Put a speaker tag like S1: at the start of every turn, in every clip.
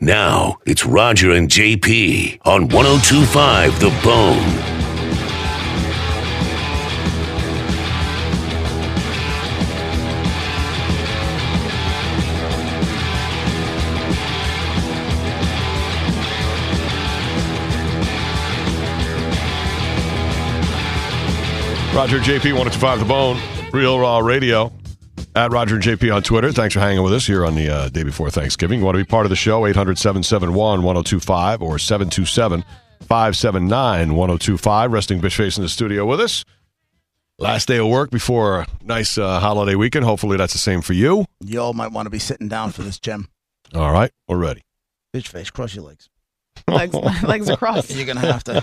S1: Now it's Roger and JP on 1025 The Bone.
S2: Roger and JP 1025 The Bone, Real Raw Radio, at Roger and JP on Twitter. Thanks for hanging with us here on the uh, day before Thanksgiving. You want to be part of the show? 800 771 1025 or 727 579 1025. Resting Bitch Face in the studio with us. Last day of work before a nice uh, holiday weekend. Hopefully that's the same for you.
S3: You all might want to be sitting down for this, Jim.
S2: All right, we're ready.
S3: Bitch face, cross your legs.
S4: legs, legs across.
S3: You're gonna have to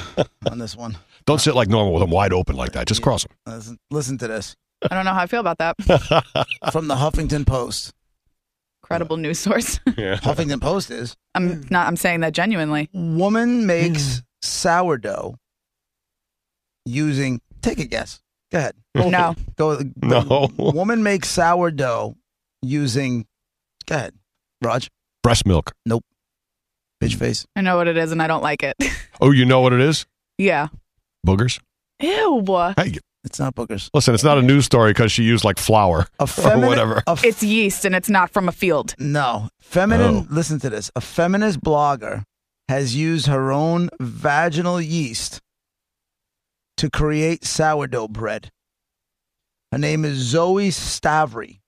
S3: on this one.
S2: Don't sit like normal with them wide open like that. Just cross them.
S3: Listen, listen to this
S4: I don't know how I feel about that.
S3: from the Huffington Post.
S4: Credible news source.
S3: Huffington Post is
S4: I'm not. I'm saying that genuinely.
S3: woman makes sourdough using. Take a guess. Go ahead.
S4: No.
S3: Go.
S2: No.
S3: Woman makes sourdough using. Go ahead, Raj.
S2: Breast milk.
S3: Bitch face.
S4: I know what it is, and I don't like it.
S2: Oh, you know what it is?
S4: yeah.
S2: Boogers.
S4: Ew.
S2: Hey,
S3: It's not boogers.
S2: listen, it's not a news story because she used like flour.
S3: A feminine,
S2: whatever.
S3: a f-
S4: It's yeast, and it's not from a field.
S3: No. Feminine,
S2: Oh.
S3: listen to this. A feminist blogger has used her own vaginal yeast to create sourdough bread. Her name is Zoe Stavry.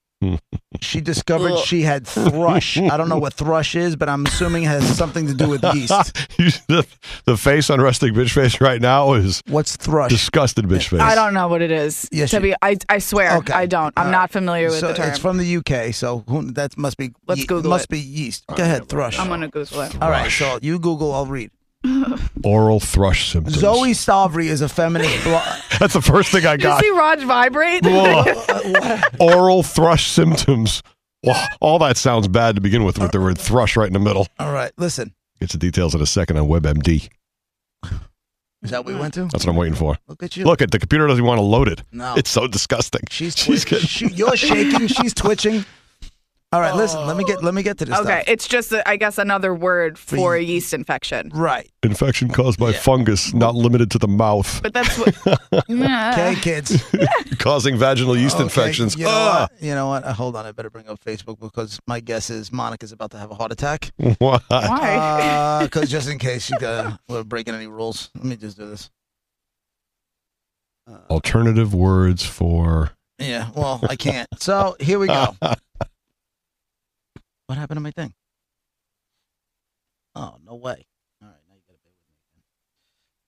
S3: she discovered she had thrush. I don't know what thrush is, but I'm assuming it has something to do with yeast.
S2: You- the, the face on Rustic Bitch Face right now is
S3: What's thrush?
S2: disgusted bitch face.
S4: I don't know what it is.
S3: Yes,
S4: to
S3: you-
S4: be, I, I swear,
S3: Okay.
S4: I don't. I'm
S3: All
S4: not
S3: right.
S4: familiar with
S3: So
S4: the term.
S3: It's from the UK, so who, that must be
S4: Let's Google
S3: must
S4: it.
S3: be yeast. Go ahead, thrush.
S4: I'm gonna Google it.
S3: All right, so you Google, I'll read.
S2: Oral thrush symptoms.
S3: Zoe Stavry is a feminist blogger.
S2: That's the first thing I
S4: Did you
S2: got.
S4: see Raj vibrate?
S2: Oral thrush symptoms. Wow, all that sounds bad to begin with, with the word thrush right in the middle.
S3: All right, listen.
S2: Get the details in a second on WebMD.
S3: Is that what we went to?
S2: That's what I'm waiting for.
S3: Look at you.
S2: Look, it the computer doesn't want to load it.
S3: No.
S2: It's so disgusting.
S3: she's,
S2: she's
S3: twitching.
S2: getting.
S3: She- you're shaking. She's twitching. All right, listen. Let me get let me get to this.
S4: okay,
S3: stuff.
S4: it's just, a, I guess, another word for a yeast infection.
S3: Right.
S2: Infection caused by fungus, not limited to the mouth,
S4: But that's what.
S3: Okay,
S4: Yeah.
S3: kids.
S2: causing vaginal yeast
S3: Okay,
S2: Uh. infections.
S3: You know,
S2: Ah!
S3: what? you know what? Uh, hold on. I better bring up Facebook because my guess is Monica's about to have a heart attack.
S2: What?
S4: Why?
S3: Because just in case you got, we're breaking any rules. Let me just do this.
S2: Alternative words for
S3: Yeah. Well, I can't. So here we go. What happened to my thing? Oh no way! All right, now you gotta bear with me.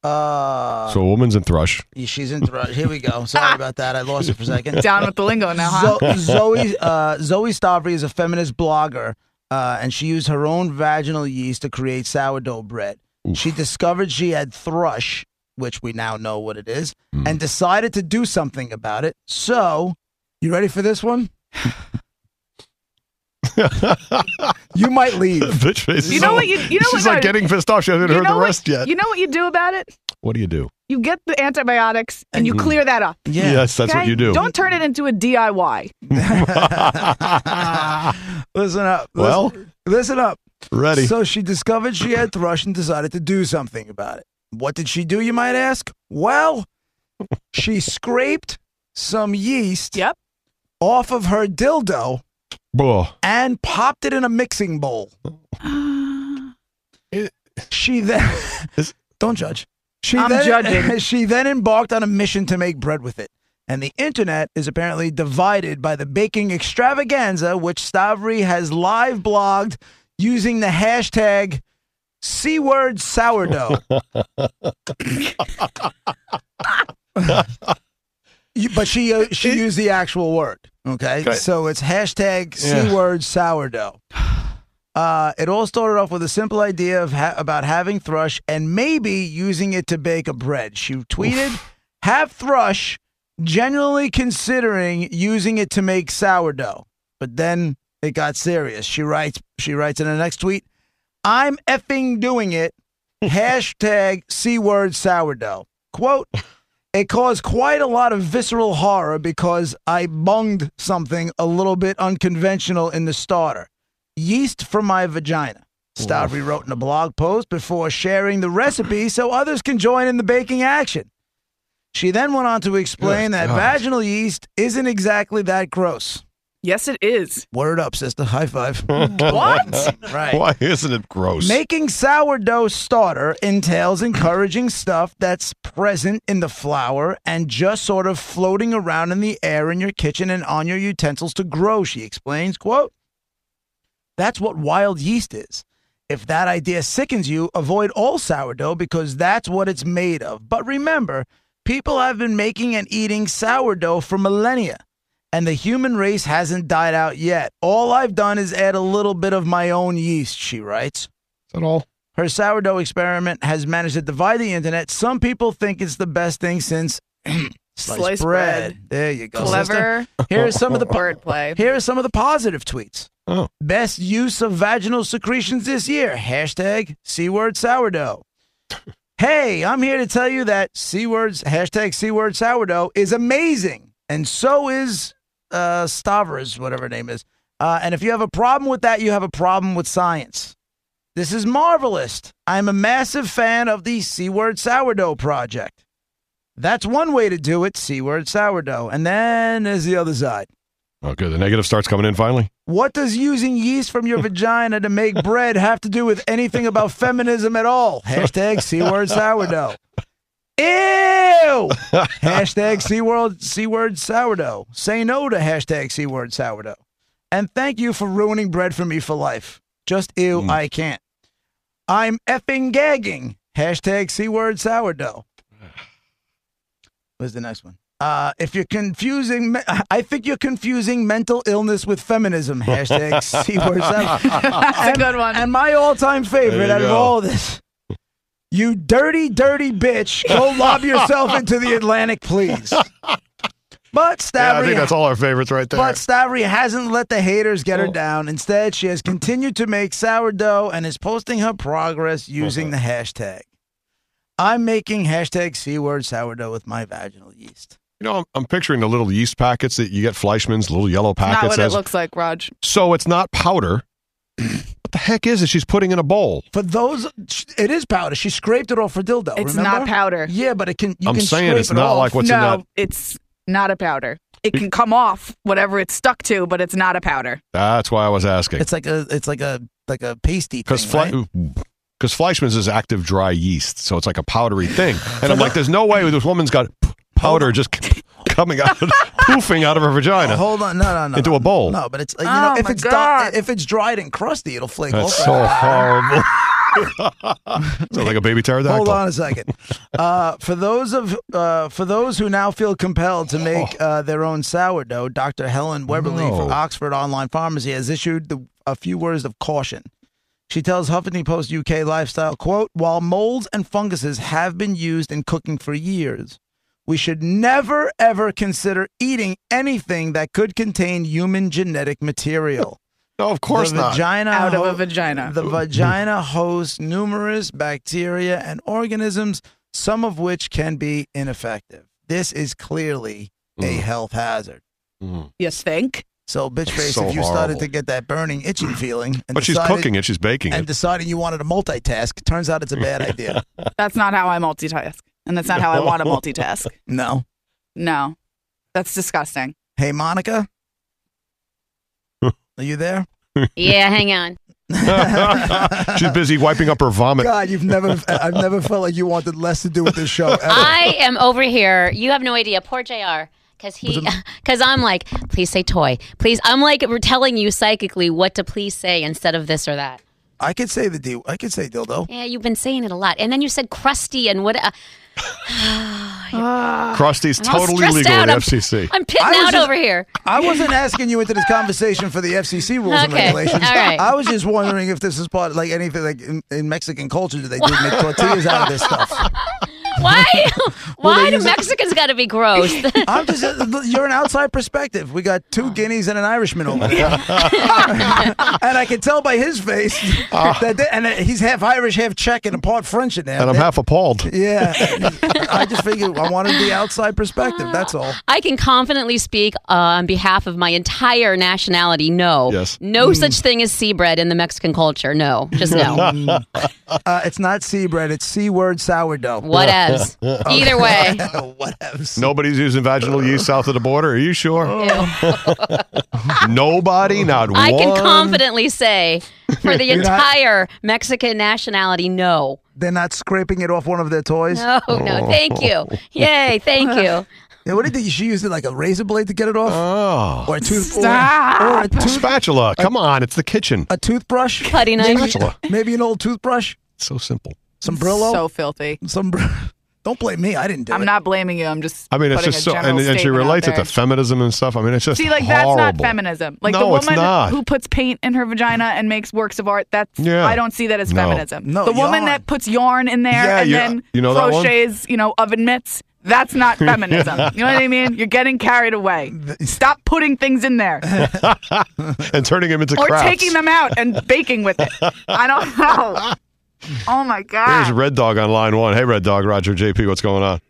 S3: Uh,
S2: so a woman's in thrush.
S3: Yeah, She's in throw. Here we go. Sorry about that. I lost it for a second.
S4: Down with the lingo now,
S3: Zo-
S4: huh?
S3: Zoe uh, Zoe Stavry is a feminist blogger, uh, and she used her own vaginal yeast to create sourdough bread. She discovered she had thrush, which we now know what it is,
S2: Hmm.
S3: and decided to do something about it. So, you ready for this one? you might leave.
S2: Bitch face.
S4: You know what you- you know
S2: she's
S4: what-
S2: like getting pissed off. She hasn't
S4: You
S2: heard
S4: know
S2: the
S4: what-
S2: rest yet.
S4: You know what you do about it?
S2: what do you do?
S4: You get the antibiotics and you clear that up.
S3: Yeah.
S2: Yes, that's what
S4: okay?
S2: you do.
S4: Don't turn it into a DIY.
S3: Listen up. Listen-
S2: Well?
S3: listen up.
S2: Ready.
S3: So she discovered she had thrush and decided to do something about it. What did she do, you might ask? Well, she scraped some yeast
S4: Yep.
S3: off of her dildo
S2: Buh.
S3: and popped it in a mixing bowl.
S2: It-
S3: she then
S2: Is-
S3: don't judge. She
S4: I'm
S3: then,
S4: judging.
S3: She then embarked on a mission to make bread with it. And the internet is apparently divided by the baking extravaganza, which Stavry has live blogged using the hashtag C word sourdough. You- but she uh, she used the actual word. Okay,
S2: Okay.
S3: so it's hashtag
S2: Yeah.
S3: c word sourdough. Uh, it all started off with a simple idea of ha- about having thrush and maybe using it to bake a bread. She tweeted, "Have thrush, generally considering using it to make sourdough." But then it got serious. She writes. She writes in the next tweet, "I'm effing doing it." Hashtag c word sourdough. Quote. It caused quite a lot of visceral horror because I bunged something a little bit unconventional in the starter yeast from my vagina. Stavry wrote in a blog post before sharing the recipe so others can join in the baking action. She then went on to explain that vaginal yeast isn't exactly that gross.
S4: Yes, it is.
S3: Word up, sister. High five.
S4: What?
S3: right.
S2: Why isn't it gross?
S3: Making sourdough starter entails encouraging stuff that's present in the flour and just sort of floating around in the air in your kitchen and on your utensils to grow, she explains. Quote That's what wild yeast is. If that idea sickens you, avoid all sourdough because that's what it's made of. But remember, people have been making and eating sourdough for millennia and the human race hasn't died out yet. All I've done is add a little bit of my own yeast, she writes.
S2: Is that all?
S3: Her sourdough experiment has managed to divide the internet. Some people think it's the best thing since sliced,
S4: Sliced
S3: bread.
S4: bread.
S3: There you go. sister.
S4: Clever
S3: Here are some of the po-
S4: wordplay.
S3: here are some of the positive tweets.
S2: Oh.
S3: Best use of vaginal secretions this year. Hashtag C word sourdough. hey, I'm here to tell you that C words, hashtag C word sourdough is amazing. And so is uh, Stavros, whatever her name is. Uh, and if you have a problem with that, you have a problem with science. This is marvelous. I'm a massive fan of the C word sourdough project. That's one way to do it, C word sourdough. And then there's the other side.
S2: Oh, good. The negative starts coming in finally.
S3: What does using yeast from your vagina to make bread have to do with anything about feminism at all? Hashtag C word sourdough. Ew! Hashtag C word C word sourdough. Say no to hashtag C word sourdough. And thank you for ruining bread for me for life. Just ew,
S2: Mm.
S3: I can't. I'm effing gagging. Hashtag C word sourdough. What's the next one? Uh, if you're confusing, me- I think you're confusing mental illness with feminism. Hashtag C word sourdough.
S4: That's a good one.
S3: And my all time
S2: There
S3: favorite
S2: you
S3: out of
S2: go.
S3: all this. You dirty, dirty bitch. Go lob yourself into the Atlantic, please. But
S2: Yeah, I
S3: Stavry
S2: think that's all our favorites right there. Oh.
S3: but Stavry hasn't let the haters get her down. Instead, she has continued to make sourdough and is posting her progress using the
S2: Uh-huh.
S3: hashtag. I'm making hashtag C word sourdough with my vaginal yeast.
S2: you know, I'm, I'm picturing the little yeast packets that you get Fleischmann's little yellow
S4: Not
S2: packets.
S4: what it
S2: as-
S4: looks like, Raj.
S2: so it's not powder. what the heck is it she's putting in a bowl?
S3: For those, it is powder. She scraped it off for dildo.
S4: It's
S3: Oh, remember?
S4: not powder.
S3: Yeah, but it can. You
S2: I'm
S3: can
S2: saying
S3: scrape
S2: it's
S3: it
S2: not
S3: off.
S2: like what's
S4: no,
S2: in that.
S4: it's not a powder. It can come off whatever it's stuck to, but it's not a powder.
S2: That's why I was asking.
S3: It's like a it's like a like a pasty thing.
S2: Because Fle-
S3: right?
S2: because Fleischmann's is active dry yeast, so it's like a powdery thing. And I'm like, there's no way this woman's got p- powder just c- coming out, of, poofing out of her vagina.
S3: Oh, Hold on, no, no, no,
S2: Into
S3: no.
S2: a bowl.
S3: No, but it's like, you
S4: Oh,
S3: know if
S4: my
S3: it's di-
S4: God.
S3: if it's dried and crusty, it'll flake
S2: That's
S3: off.
S2: so horrible. Sounds like a baby pterodactyl.
S3: Hold on a second. Uh, for those of uh, for those who now feel compelled to make uh, their own sourdough, Dr. Helen Weberly
S2: Oh. No.
S3: from Oxford Online Pharmacy has issued the, a few words of caution. She tells Huffington Post UK Lifestyle, quote, while molds and funguses have been used in cooking for years, we should never ever consider eating anything that could contain human genetic material.
S2: No, of course
S3: the
S2: not.
S3: Vagina
S4: Out of a vagina.
S3: The vagina hosts numerous bacteria and organisms, some of which can be ineffective. This is clearly a
S2: Mm.
S3: health hazard.
S4: You think?
S3: So, bitch face,
S2: so
S3: if you started
S2: horrible.
S3: to get that burning, itching feeling, and
S2: but she's
S3: decided-
S2: cooking it. She's baking
S3: and
S2: it.
S3: deciding you wanted to multitask, turns out it's a bad idea.
S4: That's not how I multitask, and that's not how I want to multitask.
S3: No.
S4: No, that's disgusting.
S3: Hey, Monica, are you there?
S5: Yeah, hang on.
S2: she's busy wiping up her vomit.
S3: God, you've never, I've never felt like you wanted less to do with this show. Ever.
S5: I am over here. You have no idea. Poor JR. Because he, because I'm like, please say toy. Please. I'm like we're telling you psychically what to please say instead of this or that.
S3: I could say the D, I could say dildo.
S5: Yeah, you've been saying it a lot. And then you said crusty and what. Uh,
S2: Krusty's
S5: I'm all
S2: totally
S5: stressed
S2: legal at
S5: out. I'm-
S2: FCC.
S5: I'm pitting
S3: I was
S5: out
S3: just-
S5: over here.
S3: I wasn't asking you into this conversation for the FCC rules and
S5: Okay,
S3: regulations.
S5: all right.
S3: I was just wondering if this is part like anything like in, in Mexican culture do they do make tortillas out of this stuff?
S5: Why?
S3: they
S5: Why do
S3: use it-
S5: Mexicans got to be gross?
S3: I'm just uh, you're an outside perspective. We got two guineas and an Irishman over there, and I can tell by his face that they, and uh, he's half Irish, half Czech, and part French in there.
S2: Ah. and I'm half appalled.
S3: yeah, I just figured I wanted the outside perspective. That's all.
S5: I can confidently speak uh, on behalf of my entire nationality. No,
S2: Yes.
S5: no
S3: Mm.
S5: such thing as sea bread in the Mexican culture. No, just no.
S3: Uh, it's not sea bread. It's C word sourdough.
S5: Whatevs. Either way.
S3: Whatevs.
S2: Nobody's using vaginal yeast south of the border. Are you sure?
S5: Ew.
S2: Nobody, not
S5: I
S2: one.
S5: can confidently say for the entire Mexican nationality, no.
S3: They're not scraping it off one of their toys.
S5: No, no. Thank you. Yay, thank you.
S3: Yeah, what do you think? She used it like a razor blade to get it off,
S2: Oh,
S3: or a tooth, or,
S4: Stop.
S3: or a, tooth,
S2: spatula. Come on, it's the kitchen.
S3: a toothbrush,
S5: Putty knife.
S2: Spatula.
S3: maybe an old toothbrush,
S2: So simple.
S3: some Brillo,
S4: So filthy.
S3: some. Br- Don't blame me. I didn't do
S4: I'm
S3: it.
S4: not blaming you. I'm just.
S2: I mean, it's
S4: putting
S2: just
S4: a
S2: so, and,
S4: general
S2: and she
S4: statement out
S2: relates it
S4: there.
S2: to feminism and stuff. I mean, it's just
S4: See, like
S2: horrible.
S4: that's not feminism. Like the
S2: No, it's
S4: woman
S2: not.
S4: who puts paint in her vagina and makes works of art. That's
S2: Yeah.
S4: I don't see that as
S2: No.
S4: feminism.
S3: No,
S4: the woman
S3: yarn.
S4: that puts yarn in there
S2: Yeah,
S4: and
S2: you-
S4: then
S2: you know that one?
S4: crochets, you know, oven mitts. That's not feminism. You know what I mean? You're getting carried away. Stop putting things in there
S2: And turning him into
S4: or
S2: crafts.
S4: taking them out and baking with it. I don't know. Oh my
S2: Here's
S4: god.
S2: Red Dog on line one. Hey, Red Dog, Roger, JP, what's going on?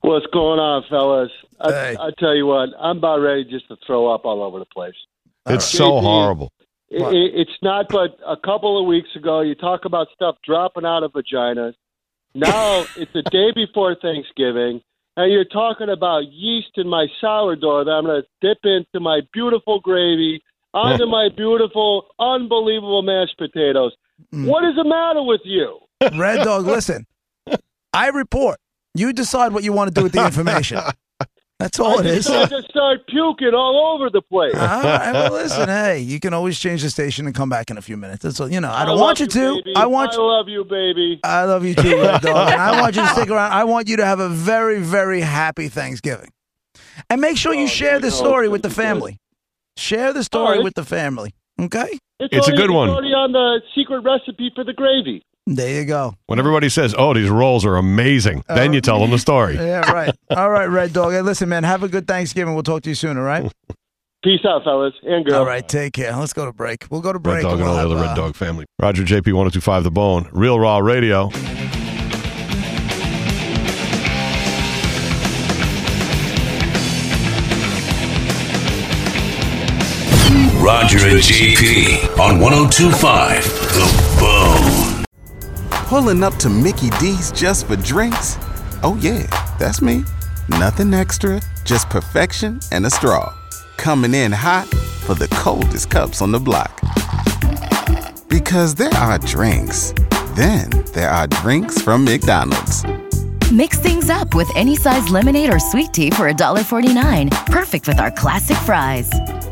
S6: What's going on, fellas? I,
S3: Hey.
S6: I tell you what, I'm about ready just to throw up all over the place.
S2: It's so
S6: JP.
S2: horrible.
S6: It, it, it's not but a couple of weeks ago, you talk about stuff dropping out of vaginas. Now it's the day before Thanksgiving, and you're talking about yeast in my sourdough that I'm going to dip into my beautiful gravy, onto my beautiful, unbelievable mashed potatoes.
S3: Mm.
S6: What is the matter with you?
S3: Red Dog, listen. I report. You decide what you want to do with the information. That's all Oh, it is.
S6: I just start puking all over the place.
S3: All right, well, listen, hey, you can always change the station and come back in a few minutes. That's all. You know, I don't
S6: love
S3: want you to.
S6: baby.
S3: I want.
S6: I love you, baby.
S3: I love you too, Red Dog. And I want you to stick around. I want you to have a very, very happy Thanksgiving. And make sure you
S6: Oh,
S3: share
S6: you
S3: the
S6: know,
S3: story with the
S6: it's good.
S3: family. Share the story
S6: right.
S3: with the family. Okay?
S2: It's a
S6: already-
S2: good one.
S6: It's already on the secret recipe for the gravy.
S3: There you go.
S2: When everybody says, oh, these rolls are amazing, then you tell them the story.
S3: Yeah, right. all right, Red Dog. Hey, listen, man, have a good Thanksgiving. We'll talk to you soon, all right?
S6: Peace out, fellas and girls.
S3: All right, take care. Let's go to break. We'll go to break.
S2: Red Dog and
S3: we'll
S2: all the
S3: have,
S2: other
S3: uh,
S2: Red Dog family. Roger, JP, 1025 The Bone, Real Raw Radio.
S1: Roger and JP on 1025 The Bone.
S7: Pulling up to Mickey D's just for drinks? Oh, yeah, that's me. Nothing extra, just perfection and a straw. Coming in hot for the coldest cups on the block. Because there are drinks, then there are drinks from McDonald's.
S8: Mix things up with any size lemonade or sweet tea for $1.49. Perfect with our classic fries.